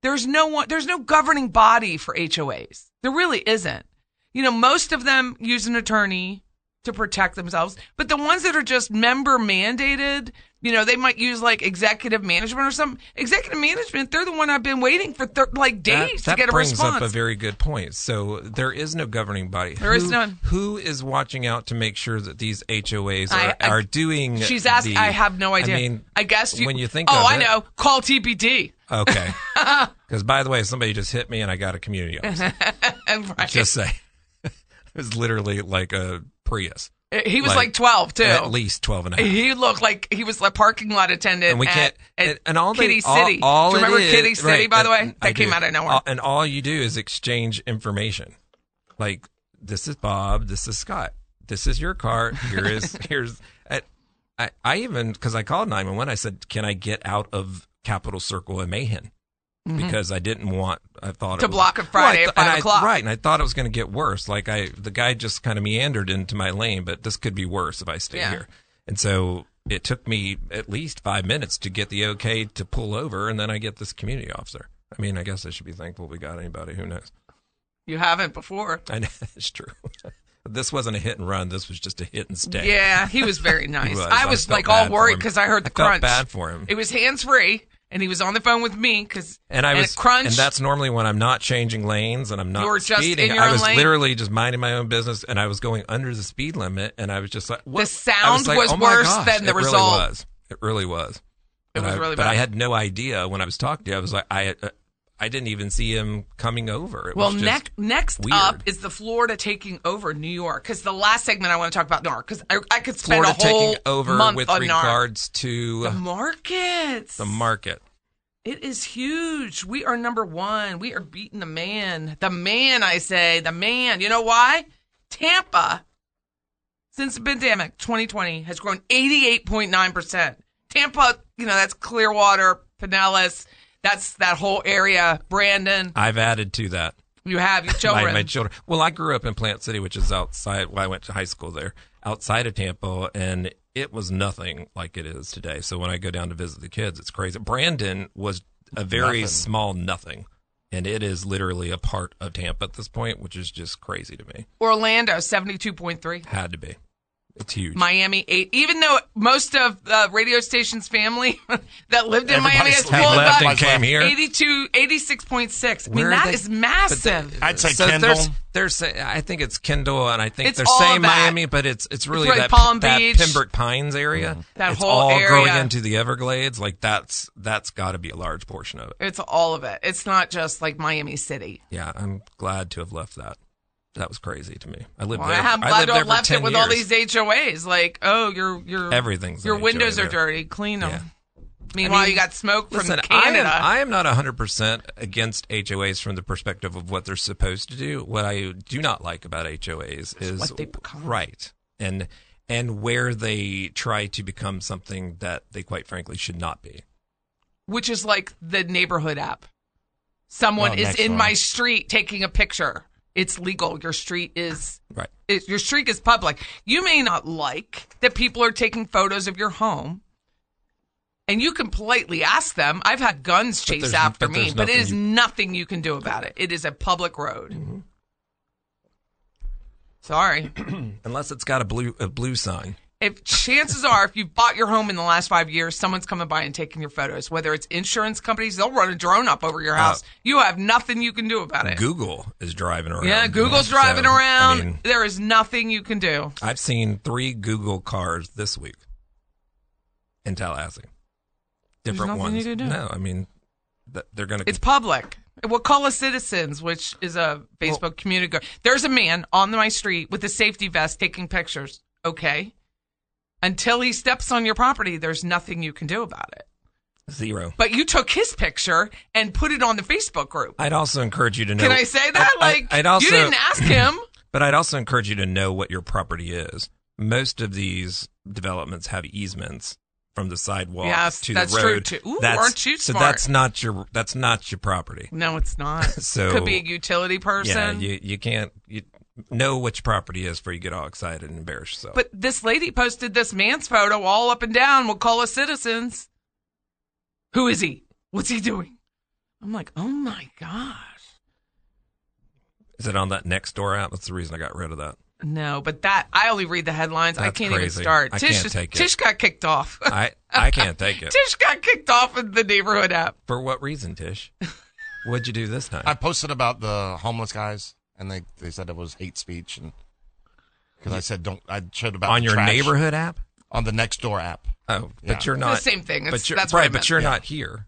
Speaker 1: there's no one, there's no governing body for HOAs. There really isn't. You know, most of them use an attorney to protect themselves, but the ones that are just member mandated, you know, they might use like executive management or something. Executive management, they're the one I've been waiting for thir- like days
Speaker 2: that
Speaker 1: to get a
Speaker 2: brings
Speaker 1: response.
Speaker 2: up a very good point. So there is no governing body.
Speaker 1: There
Speaker 2: There
Speaker 1: is
Speaker 2: is
Speaker 1: none.
Speaker 2: Who is watching out to make sure that these HOAs
Speaker 1: I-
Speaker 2: are,
Speaker 1: I-
Speaker 2: are doing?
Speaker 1: She's asked.
Speaker 2: the-
Speaker 1: I have no idea.
Speaker 2: I mean,
Speaker 1: I guess you,
Speaker 2: when you think.
Speaker 1: Oh,
Speaker 2: of
Speaker 1: I
Speaker 2: it-
Speaker 1: know. Call TBD.
Speaker 2: Okay. Because by the way, somebody just hit me and I got a community officer.
Speaker 1: Right.
Speaker 2: just say it was literally like a Prius,
Speaker 1: he was like,
Speaker 2: like,
Speaker 1: 12 too.
Speaker 2: at least 12 and a half.
Speaker 1: He looked like he was a parking lot attendant.
Speaker 2: and we
Speaker 1: at-
Speaker 2: can't.
Speaker 1: At,
Speaker 2: and, and all they-
Speaker 1: Kitty
Speaker 2: all-
Speaker 1: City.
Speaker 2: all
Speaker 1: do you
Speaker 2: it
Speaker 1: remember
Speaker 2: is-
Speaker 1: Kitty City?
Speaker 2: right,
Speaker 1: by the
Speaker 2: and-
Speaker 1: way, that
Speaker 2: I
Speaker 1: came
Speaker 2: do.
Speaker 1: out of nowhere.
Speaker 2: All- and all you do is exchange information. Like this is Bob. This is Scott. This is your car. Here is here's. I, I, I even because I called nine one one. I said, "Can I get out of Capital Circle in Mahan?" Because I didn't want, I
Speaker 1: Mm-hmm.
Speaker 2: thought
Speaker 1: To
Speaker 2: it was-
Speaker 1: block a Friday
Speaker 2: I
Speaker 1: at
Speaker 2: thought- and
Speaker 1: five
Speaker 2: I-
Speaker 1: o'clock.
Speaker 2: right? And I thought it was going to get worse. Like I, the guy just kind of meandered into my lane, but this could be worse if I stay
Speaker 1: Yeah.
Speaker 2: here. And so it took me at least five minutes to get the okay to pull over, and then I get this community officer. I mean, I guess I should be thankful we got anybody. Who knows?
Speaker 1: You haven't before.
Speaker 2: I know it's true. this wasn't a hit and run. This was just a hit and stay.
Speaker 1: Yeah, he was very nice.
Speaker 2: was.
Speaker 1: I
Speaker 2: I
Speaker 1: was
Speaker 2: felt
Speaker 1: like all
Speaker 2: bad for
Speaker 1: worried
Speaker 2: him.
Speaker 1: because I heard the
Speaker 2: I felt
Speaker 1: crunch.
Speaker 2: bad for him.
Speaker 1: It was hands free, and he was on the phone with me because
Speaker 2: And I was
Speaker 1: it crunched.
Speaker 2: and that's normally when I'm not changing lanes and I'm not
Speaker 1: You were just in
Speaker 2: speeding.
Speaker 1: your
Speaker 2: I
Speaker 1: own
Speaker 2: was
Speaker 1: lane?
Speaker 2: literally just minding my own business, and I was going under the speed limit, and I was just like, what? I
Speaker 1: sound
Speaker 2: like,
Speaker 1: was
Speaker 2: "Oh my
Speaker 1: worse
Speaker 2: gosh,"
Speaker 1: than the
Speaker 2: it really
Speaker 1: result.
Speaker 2: was. It really was.
Speaker 1: It was
Speaker 2: I,
Speaker 1: really
Speaker 2: but
Speaker 1: bad.
Speaker 2: I had no idea when I was talking to you. I was like, I, uh, I didn't even see him coming over. It
Speaker 1: well,
Speaker 2: was just
Speaker 1: next next
Speaker 2: weird.
Speaker 1: up is the Florida taking over New York because the last segment I want to talk about NAR because I, I could spend
Speaker 2: Florida
Speaker 1: a whole
Speaker 2: taking over
Speaker 1: month
Speaker 2: with
Speaker 1: on NAR.
Speaker 2: regards to
Speaker 1: The markets.
Speaker 2: the market.
Speaker 1: It is huge. We are number one. We are beating the man. The man, I say, the man. You know why? Tampa, since the pandemic 2020, has grown 88.9%. Tampa, you know, that's Clearwater, Pinellas, that's that whole area. Brandon,
Speaker 2: I've added to that.
Speaker 1: you have your
Speaker 2: my,
Speaker 1: children.
Speaker 2: my children. Well, I grew up in Plant City, which is outside. Well, I went to high school there, outside of Tampa, and it was nothing like it is today. So when I go down to visit the kids, it's crazy. Brandon was a very
Speaker 3: Nothing.
Speaker 2: small nothing, and it is literally a part of Tampa at this point, which is just crazy to me.
Speaker 1: Orlando, 72.3.
Speaker 2: Had to be. It's huge.
Speaker 1: Miami eight. Even though most of the radio station's family that lived in Miami
Speaker 3: Everybody's
Speaker 1: has
Speaker 3: left.
Speaker 1: pulled
Speaker 2: left
Speaker 1: up
Speaker 2: and came here.
Speaker 1: 82, 86.6. I mean,
Speaker 2: Where are
Speaker 1: that
Speaker 2: they-
Speaker 1: is
Speaker 2: But
Speaker 1: massive.
Speaker 2: they-
Speaker 3: I'd say
Speaker 2: so
Speaker 3: Kendall.
Speaker 2: There's, there's, I think it's Kendall, and I think
Speaker 1: It's
Speaker 2: they're
Speaker 1: all
Speaker 2: saying
Speaker 1: that.
Speaker 2: Miami, but it's it's really,
Speaker 1: really
Speaker 2: that,
Speaker 1: Palm
Speaker 2: that
Speaker 1: Beach.
Speaker 2: Pembroke Pines area.
Speaker 1: That
Speaker 2: it's
Speaker 1: whole
Speaker 2: all growing
Speaker 1: area.
Speaker 2: into the Everglades. Like that's that's got to be a large portion of it.
Speaker 1: It's all of it. It's not just like Miami City.
Speaker 2: Yeah, I'm glad to have left that. That was crazy to me. I lived
Speaker 1: Well,
Speaker 2: there.
Speaker 1: I'm
Speaker 2: I
Speaker 1: glad to
Speaker 2: lived there
Speaker 1: have
Speaker 2: for
Speaker 1: left it
Speaker 2: 10
Speaker 1: with
Speaker 2: years.
Speaker 1: all these HOAs. Like, oh, your your
Speaker 2: Everything's
Speaker 1: your
Speaker 2: an
Speaker 1: windows
Speaker 2: HOA
Speaker 1: are
Speaker 2: there.
Speaker 1: dirty. Clean them.
Speaker 2: Yeah.
Speaker 1: Meanwhile,
Speaker 2: I mean,
Speaker 1: you got smoke from
Speaker 2: Listen,
Speaker 1: Canada.
Speaker 2: I am, I am not 100% against HOAs from the perspective of what they're supposed to do. What I do not like about HOAs is
Speaker 1: what they become.
Speaker 2: Right. And and where they try to become something that they quite frankly should not be.
Speaker 1: which is like the neighborhood app. Someone
Speaker 3: Oh,
Speaker 1: is
Speaker 3: next
Speaker 1: in
Speaker 3: one.
Speaker 1: my street taking a picture. It's legal. Your street is
Speaker 2: Right.
Speaker 1: it, your streak is public. You may not like that people are taking photos of your home, and you can politely ask them. I've had guns chase
Speaker 2: there's-
Speaker 1: after
Speaker 2: but
Speaker 1: me,
Speaker 2: there's
Speaker 1: but it
Speaker 2: nothing
Speaker 1: is
Speaker 2: you- Mm-hmm.
Speaker 1: nothing you can do about it. It is a public road. Sorry.
Speaker 2: Unless it's got a blue a blue sign.
Speaker 1: If chances are, if you've bought your home in the last five years, someone's coming by and taking your photos. Whether it's insurance companies, they'll run a drone up over your house. you have nothing you can do about it.
Speaker 2: Uh, Google is driving around.
Speaker 1: yeah,
Speaker 2: you know,
Speaker 1: Google's driving
Speaker 2: so, I
Speaker 1: around.
Speaker 2: mean,
Speaker 1: there is nothing you can do.
Speaker 2: I've seen three Google cars this week in Tallahassee.
Speaker 1: There's
Speaker 2: Different
Speaker 1: nothing you can
Speaker 2: ones.
Speaker 1: do.
Speaker 2: No, I mean, th- they're going to.
Speaker 1: It's public. We'll call us citizens, which is a Facebook community. group. There's a man on my street with a safety vest taking pictures. Okay. Until he steps on your property, there's nothing you can do about it.
Speaker 2: zero.
Speaker 1: But you took his picture and put it on the Facebook group.
Speaker 2: I'd also encourage you to know.
Speaker 1: Can I say that?
Speaker 2: I- I-
Speaker 1: like,
Speaker 2: I'd also,
Speaker 1: you didn't ask him.
Speaker 2: But I'd also encourage you to know what your property is. Most of these developments have easements from the sidewalk
Speaker 1: Yes,
Speaker 2: to
Speaker 1: that's
Speaker 2: the
Speaker 1: true,
Speaker 2: road.
Speaker 1: too. Ooh,
Speaker 2: that's,
Speaker 1: aren't you
Speaker 2: So
Speaker 1: smart?
Speaker 2: that's not your that's not your property.
Speaker 1: No, it's not.
Speaker 2: So-
Speaker 1: could be a utility person.
Speaker 2: Yeah, you you can't you know what your property is before you get all excited and embarrass yourself.
Speaker 1: but this lady posted this man's photo all up and down. We'll call us citizens. Who is he? What's he doing? I'm like, oh my gosh.
Speaker 2: is it on that next door app? That's the reason I got rid of that.
Speaker 1: No, but that I only read the headlines. I
Speaker 2: That's
Speaker 1: can't even
Speaker 2: crazy.
Speaker 1: start.
Speaker 2: I
Speaker 1: Tish
Speaker 2: can't take it.
Speaker 1: Tish got kicked off.
Speaker 2: I I can't take it.
Speaker 1: Tish got kicked off in the neighborhood app.
Speaker 2: For what reason, Tish? What'd you do this time?
Speaker 3: I posted about the homeless guys, and they, they said it was hate speech, and because I said don't, I showed about
Speaker 2: on
Speaker 3: the
Speaker 2: your
Speaker 3: trash
Speaker 2: neighborhood app?
Speaker 3: on the next door app.
Speaker 2: Oh,
Speaker 3: Yeah.
Speaker 2: but you're not
Speaker 1: the same thing. It's-
Speaker 2: But you're,
Speaker 1: that's what I
Speaker 2: right,
Speaker 1: meant.
Speaker 2: but you're not here.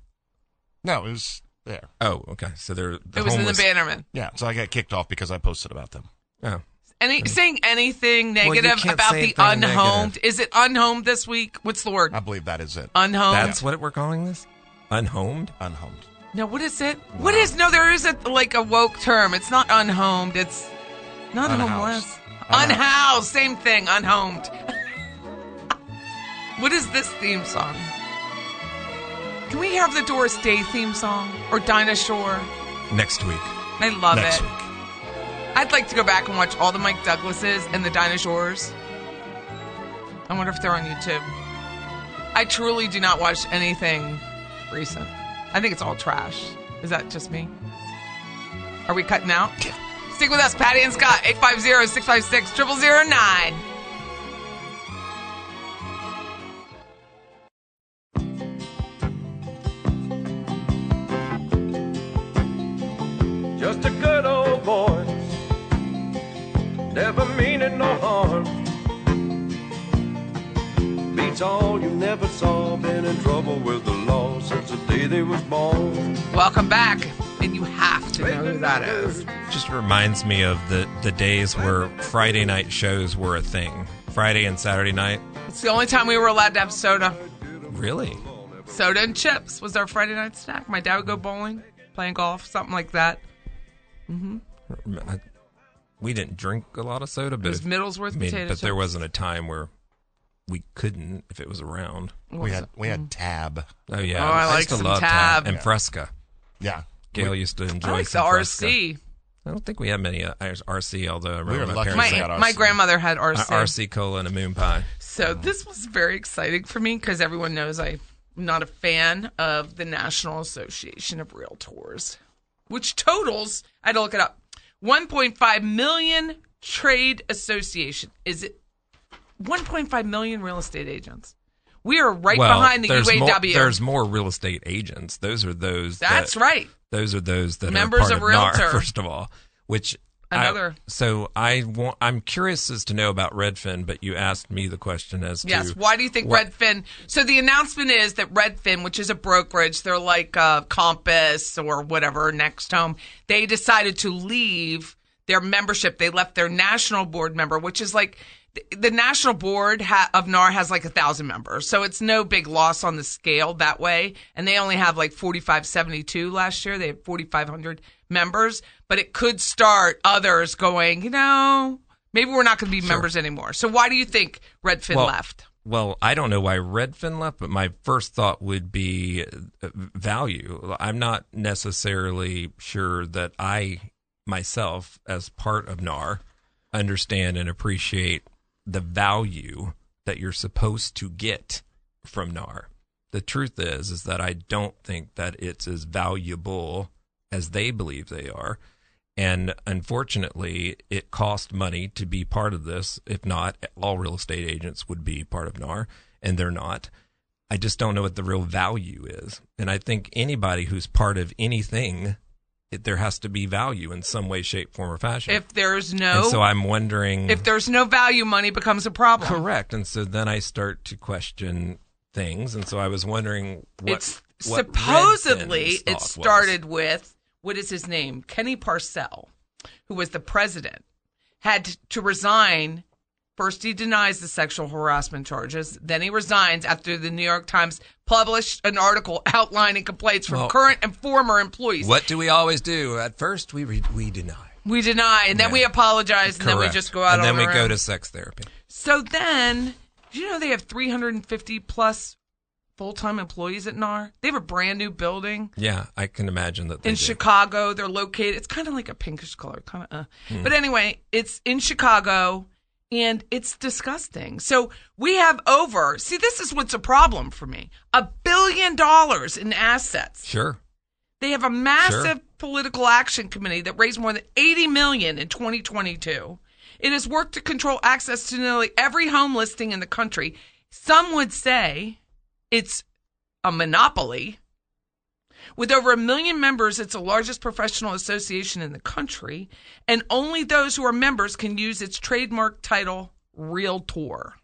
Speaker 3: No, it was there.
Speaker 2: Oh, okay. So they're the
Speaker 1: it was
Speaker 2: homeless.
Speaker 1: in the Bannerman.
Speaker 3: Yeah, so I got kicked off because I posted about them.
Speaker 2: Oh.
Speaker 1: Any saying anything
Speaker 2: you
Speaker 1: negative
Speaker 2: can't
Speaker 1: about
Speaker 2: say
Speaker 1: the
Speaker 2: anything
Speaker 1: unhomed? Is it unhomed this week? What's the word?
Speaker 3: I believe that is it.
Speaker 1: unhomed.
Speaker 2: That's what we're calling this? Unhomed?
Speaker 3: Unhomed.
Speaker 1: No, what is it? What is no? There is a like a woke term. It's not unhomed. It's not
Speaker 3: Unhoused.
Speaker 1: homeless.
Speaker 3: Unhoused.
Speaker 1: Unhoused. Same thing. Unhomed. what is this theme song? Can we have the Doris Day theme song or Dinosaur?
Speaker 2: Next week.
Speaker 1: I love
Speaker 3: next
Speaker 1: it.
Speaker 3: week.
Speaker 1: I'd like to go back and watch all the Mike Douglases and the Dinosaurs. I wonder if they're on YouTube. I truly do not watch anything recent. I think it's all trash. Is that just me? Are we cutting out? Stick with us, Patty and Scott, 850 656 0009.
Speaker 4: Just a good old boy, never meaning no harm. Beats all you never saw, been in trouble with the law since the day they was born.
Speaker 1: Welcome back. And you have to know who that is.
Speaker 2: Just reminds me of the, the days where Friday night shows were a thing. Friday and Saturday night.
Speaker 1: It's the only time we were allowed to have soda.
Speaker 2: Really?
Speaker 1: Soda and chips was our Friday night snack. My dad would go bowling, playing golf, something like that.
Speaker 2: I- we didn't drink a lot of soda, but
Speaker 1: was
Speaker 2: if-
Speaker 1: Middlesworth potato
Speaker 2: But there
Speaker 1: chips.
Speaker 2: wasn't a time where we couldn't if it was around.
Speaker 3: We had we
Speaker 1: Mm.
Speaker 3: had tab.
Speaker 2: Oh yeah,
Speaker 1: Oh, I like
Speaker 2: used to
Speaker 1: some
Speaker 2: love Tab
Speaker 1: Tab.
Speaker 2: and Fresca.
Speaker 3: Yeah,
Speaker 2: Gail used to enjoy
Speaker 1: I like the
Speaker 2: some Fresca.
Speaker 1: RC.
Speaker 2: I don't think we had many uh, RC, although I remember
Speaker 3: were
Speaker 2: my
Speaker 3: lucky.
Speaker 2: parents
Speaker 1: My,
Speaker 3: Everything got
Speaker 1: my
Speaker 3: RC.
Speaker 1: grandmother had
Speaker 2: had a RC cola and a moon pie.
Speaker 1: So this was very exciting for me because everyone knows I'm not a fan of the National Association of Realtors, which totals, I had to look it up, 1.5 million trade association. Is it 1.5 million real estate agents? We are right
Speaker 2: well,
Speaker 1: behind the
Speaker 2: there's More,
Speaker 1: UAW.
Speaker 2: there's more real estate agents. Those are those. that-
Speaker 1: That's right.
Speaker 2: Those are those that
Speaker 1: Members
Speaker 2: are
Speaker 1: of
Speaker 2: part of, NAR,
Speaker 1: Realtor.
Speaker 2: first of all. Which I-
Speaker 1: Another.
Speaker 2: so I want. I'm curious as to know about Redfin, but you asked me the question as to
Speaker 1: Yes. Why do you think
Speaker 2: what-
Speaker 1: Redfin? So the announcement is that Redfin, which is a brokerage, they're like uh, Compass or whatever, Next Home. They decided to leave their membership. They left their national board member, which is like the, the national board ha- of NAR has like a thousand members, so it's no big loss on the scale that way. And they only have like forty five seventy two last year. They had forty five hundred members, but it could start others going, you know. Maybe we're not going to be members anymore. So why do you think Redfin
Speaker 2: Well,
Speaker 1: left?
Speaker 2: Well, I don't know why Redfin left, but my first thought would be uh, value. I'm not necessarily sure that I myself, as part of NAR, understand and appreciate the value that you're supposed to get from NAR. The truth is, is that I don't think that it's as valuable as they believe they are. And unfortunately, it cost money to be part of this. If not, all real estate agents would be part of NAR, and they're not. I just don't know what the real value is. And I think anybody who's part of anything, it, there has to be value in some way, shape, form, or fashion.
Speaker 1: If there's no
Speaker 2: and so I'm wondering
Speaker 1: if there's no value, money becomes a problem.
Speaker 2: correct. And so then I start to question things. And so I was wondering what.
Speaker 1: it's
Speaker 2: what
Speaker 1: supposedly
Speaker 2: Redfin's
Speaker 1: it
Speaker 2: thought was.
Speaker 1: started with what is his name? Kenny Parcell, who was the president, had to resign. First, he denies the sexual harassment charges. Then he resigns after the New York Times published an article outlining complaints from
Speaker 2: Well-
Speaker 1: current and former employees.
Speaker 2: What do we always do? At first, we re- we deny.
Speaker 1: We deny, and then
Speaker 2: Yeah.
Speaker 1: we apologize, and then we
Speaker 2: Correct.
Speaker 1: just go out
Speaker 2: and then
Speaker 1: on
Speaker 2: we
Speaker 1: our
Speaker 2: go
Speaker 1: own.
Speaker 2: to sex therapy.
Speaker 1: So then, do you know they have 350 plus full time employees at NAR? They have a brand new building
Speaker 2: Yeah, I can imagine that. They
Speaker 1: in
Speaker 2: do.
Speaker 1: Chicago. They're located. It's kind of like a pinkish color, kind of. Uh.
Speaker 2: Hmm.
Speaker 1: But anyway, it's in Chicago, and it's disgusting. So we have over. See, this is what's a problem for me: a billion dollars in assets.
Speaker 2: sure.
Speaker 1: They have a massive political action committee that raised more than 80 million in 2022. It has worked to control access to nearly every home listing in the country. Some would say it's a monopoly. With over a million members, it's the largest professional association in the country, and only those who are members can use its trademark title, Realtor.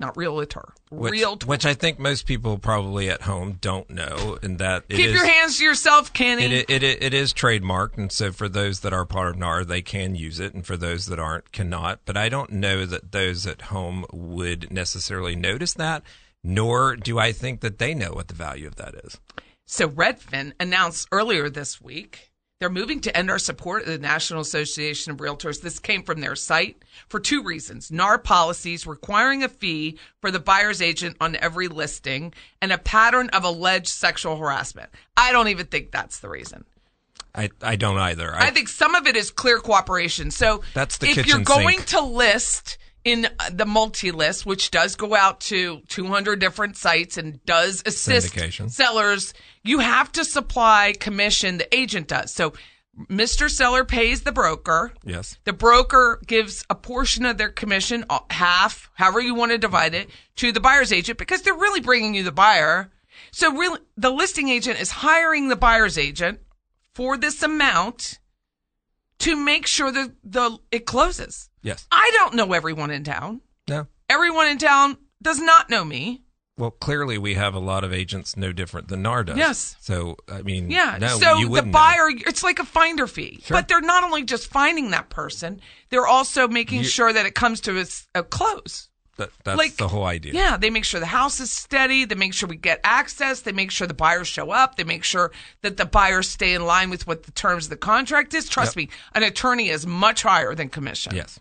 Speaker 1: Not Realtor,
Speaker 2: Which,
Speaker 1: Realtor.
Speaker 2: which I think most people probably at home don't know, and that it
Speaker 1: Keep
Speaker 2: is-
Speaker 1: your hands to yourself, Kenny.
Speaker 2: It, it, it, it is trademarked, and so for those that are part of NAR, they can use it, and for those that aren't, cannot. But I don't know that those at home would necessarily notice that, nor do I think that they know what the value of that is.
Speaker 1: So Redfin announced earlier this week they're moving to end our support of the National Association of Realtors. This came from their site for two reasons. NAR policies requiring a fee for the buyer's agent on every listing and a pattern of alleged sexual harassment. I don't even think that's the reason.
Speaker 2: I, I don't either.
Speaker 1: I think some of it is clear cooperation. So
Speaker 2: That's the
Speaker 1: if you're
Speaker 2: kitchen
Speaker 1: going
Speaker 2: sink.
Speaker 1: to list in uh, the multi list, which does go out to 200 different sites and does assist
Speaker 2: Syndication.
Speaker 1: sellers, you have to supply commission. The agent does. So Mr. Seller pays the broker.
Speaker 2: Yes.
Speaker 1: The broker gives a portion of their commission, uh, half, however you want to divide it, to the buyer's agent because they're really bringing you the buyer. So really, the listing agent is hiring the buyer's agent for this amount to make sure that the it closes.
Speaker 2: Yes.
Speaker 1: I don't know everyone in town.
Speaker 2: No.
Speaker 1: Everyone in town does not know me.
Speaker 2: Well, clearly we have a lot of agents no different than NAR does.
Speaker 1: Yes.
Speaker 2: So I mean,
Speaker 1: Yeah.
Speaker 2: No,
Speaker 1: so
Speaker 2: you
Speaker 1: the
Speaker 2: wouldn't know.
Speaker 1: buyer, it's like a finder fee.
Speaker 2: Sure.
Speaker 1: But they're not only just finding that person, they're also making
Speaker 2: You-
Speaker 1: sure that it comes to a, s- a close.
Speaker 2: That- that's
Speaker 1: like-
Speaker 2: the whole idea.
Speaker 1: Yeah, they make sure the house is steady. They make sure we get access. They make sure the buyers show up. They make sure that the buyers stay in line with what the terms of the contract is. Trust me, an attorney is much higher than commission.
Speaker 2: Yes.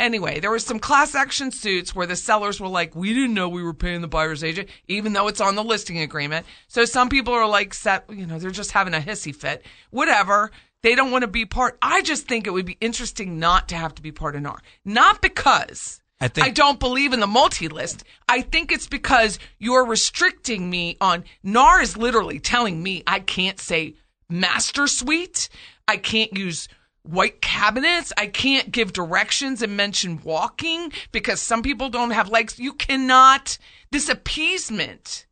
Speaker 1: Anyway, there were some class action suits where the sellers were like, "We didn't know we were paying the buyer's agent, even though it's on the listing agreement." So some people are like, "Set, you know, they're just having a hissy fit, whatever." They don't want to be part. I just think it would be interesting not to have to be part of NAR, not because
Speaker 2: I think-
Speaker 1: I don't believe in the multi list. I think it's because you're restricting me on NAR is literally telling me I can't say master suite. I can't use white cabinets. I can't give directions and mention walking because some people don't have legs. You cannot this appeasement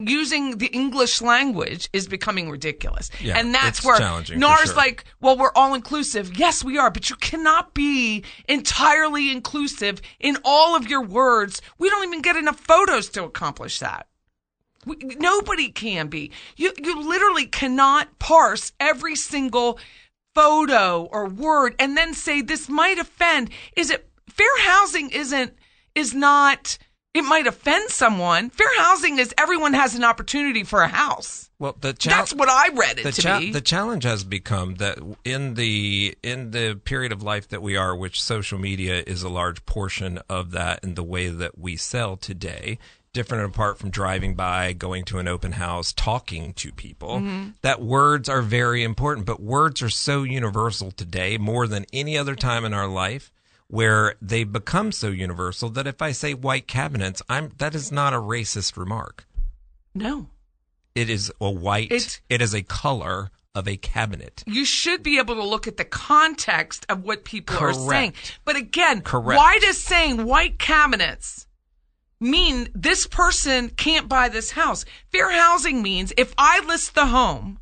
Speaker 1: using the English language is becoming ridiculous.
Speaker 2: Yeah,
Speaker 1: and that's
Speaker 2: it's
Speaker 1: where
Speaker 2: challenging, for
Speaker 1: NAR's
Speaker 2: sure.
Speaker 1: like like, well, we're all inclusive. Yes, we are, but you cannot be entirely inclusive in all of your words. We don't even get enough photos to accomplish that. We, nobody can be. You you literally cannot parse every single photo or word and then say this might offend. Is it fair housing isn't is not it might offend someone. Fair housing is everyone has an opportunity for a house.
Speaker 2: Well, the chal-
Speaker 1: That's what I read it
Speaker 2: the,
Speaker 1: to
Speaker 2: cha-
Speaker 1: be.
Speaker 2: the challenge has become that in the in the period of life that we are, which social media is a large portion of that, in the way that we sell today, different and apart from driving by, going to an open house, talking to people,
Speaker 1: Mm-hmm.
Speaker 2: that words are very important. But words are so universal today, more than any other time in our life. Where they become so universal that if I say white cabinets, I'm that is not a racist remark
Speaker 1: no.
Speaker 2: it is a white
Speaker 1: It's-
Speaker 2: it is a color of a cabinet
Speaker 1: you should be able to look at the context of what people are
Speaker 2: Correct.
Speaker 1: saying. But again,
Speaker 2: Correct.
Speaker 1: why does saying white cabinets mean this person can't buy this house? Fair housing means if I list the home,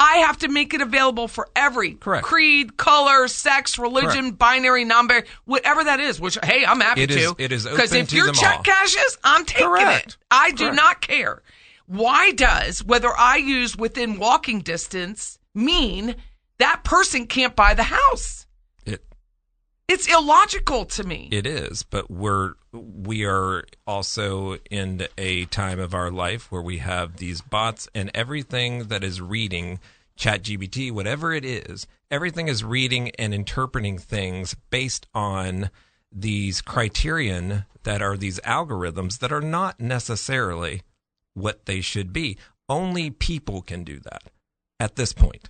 Speaker 1: I have to make it available for every
Speaker 2: Correct.
Speaker 1: creed, color, sex, religion,
Speaker 2: Correct.
Speaker 1: binary, number, whatever that is. Which hey, I'm happy
Speaker 2: It
Speaker 1: to.
Speaker 2: is- it is
Speaker 1: because
Speaker 2: open
Speaker 1: if
Speaker 2: to
Speaker 1: your
Speaker 2: them
Speaker 1: check
Speaker 2: all.
Speaker 1: cashes, I'm taking it.
Speaker 2: Correct.
Speaker 1: I do
Speaker 2: Correct.
Speaker 1: not care. Why does whether I use within walking distance mean that person can't buy the house?
Speaker 2: it
Speaker 1: It's illogical to me.
Speaker 2: it is but we're we are also in a time of our life where we have these bots and everything that is reading chat gbt whatever it is everything is reading and interpreting things based on these criterion that are these algorithms that are not necessarily what they should be only people can do that at this point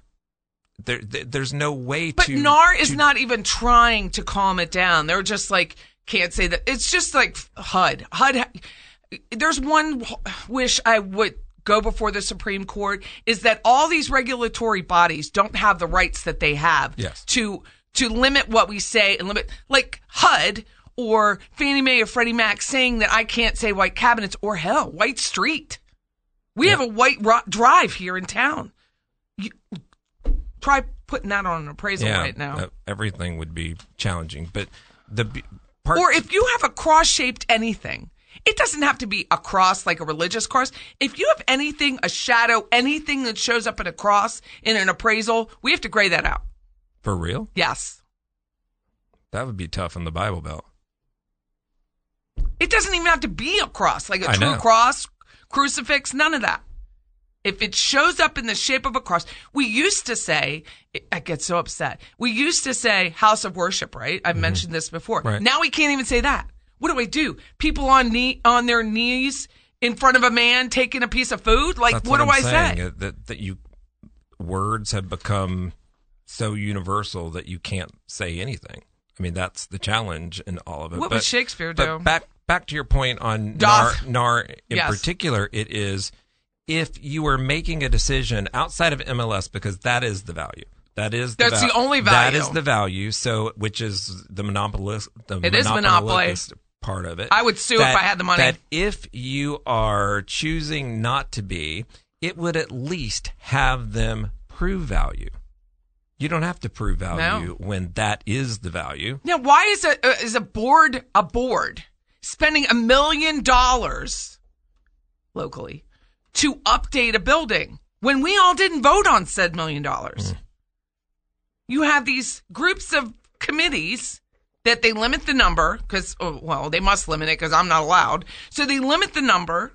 Speaker 2: there, there- there's no way
Speaker 1: but
Speaker 2: to
Speaker 1: NAR is
Speaker 2: to-
Speaker 1: not even trying to calm it down. They're just like can't say that. It's just like HUD. HUD. ha- There's one w- wish I would go before the Supreme Court is that all these regulatory bodies don't have the rights that they have
Speaker 2: Yes.
Speaker 1: to to limit what we say and limit like HUD or Fannie Mae or Freddie Mac saying that I can't say white cabinets or hell white street. We have a white ro- drive here in town. You, try putting that on an appraisal right now.
Speaker 2: uh, everything would be challenging, but the b- part
Speaker 1: or if you have a cross shaped anything, it doesn't have to be a cross like a religious cross. If you have anything, a shadow, anything that shows up in a cross in an appraisal, we have to gray that out.
Speaker 2: for real,
Speaker 1: Yes.
Speaker 2: that would be tough in the Bible Belt.
Speaker 1: It doesn't even have to be a cross, like a
Speaker 2: I
Speaker 1: true
Speaker 2: know.
Speaker 1: cross, crucifix, none of that. If it shows up in the shape of a cross, we used to say, I get so upset. We used to say house of worship, right? I've mentioned this before.
Speaker 2: Mm-hmm. Right.
Speaker 1: Now we can't even say that. What do I do? People on knee on their knees in front of a man taking a piece of food? Like,
Speaker 2: That's
Speaker 1: what,
Speaker 2: I'm
Speaker 1: do I
Speaker 2: saying,
Speaker 1: say?
Speaker 2: uh, That that you words have become so universal that you can't say anything. I mean, that's the challenge in all of it.
Speaker 1: What
Speaker 2: but,
Speaker 1: would Shakespeare
Speaker 2: but
Speaker 1: do?
Speaker 2: back back to your point on Nar,
Speaker 1: Doth.
Speaker 2: Nar in
Speaker 1: Yes.
Speaker 2: particular, it is if you are making a decision outside of MLS because that is the value. That is the
Speaker 1: That's the only
Speaker 2: That
Speaker 1: value.
Speaker 2: is the value. So, which is the monopolist. The
Speaker 1: It is monopoly.
Speaker 2: monopolist part of it.
Speaker 1: I would sue if I had the money.
Speaker 2: That if you are choosing not to be, it would at least have them prove value. You don't have to prove value when that is the value.
Speaker 1: Now, why is a uh, is a board a board spending a million dollars locally to update a building when we all didn't vote on said million dollars?
Speaker 2: Hmm.
Speaker 1: You have these groups of committees that they limit the number because well they must limit it because I'm not allowed, so they limit the number,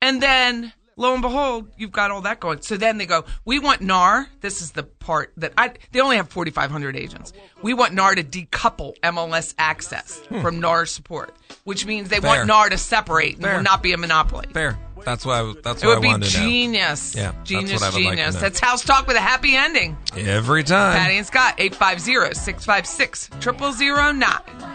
Speaker 1: and then. Lo and behold, you've got all that going. So then they go, we want NAR. This is the part that I, they only have 4,500 agents. We want NAR to decouple MLS access from NAR support, which means they
Speaker 2: Hmm. Fair.
Speaker 1: want NAR to separate and
Speaker 2: Fair.
Speaker 1: will not be a monopoly.
Speaker 2: Fair. That's why. That's
Speaker 1: It
Speaker 2: what I
Speaker 1: would be
Speaker 2: wanted
Speaker 1: genius.
Speaker 2: Yeah, that's
Speaker 1: genius,
Speaker 2: what I would like to
Speaker 1: genius.
Speaker 2: know.
Speaker 1: That's House Talk with a happy ending.
Speaker 2: to know. Every time.
Speaker 1: Patty and Scott, 850 656 0009.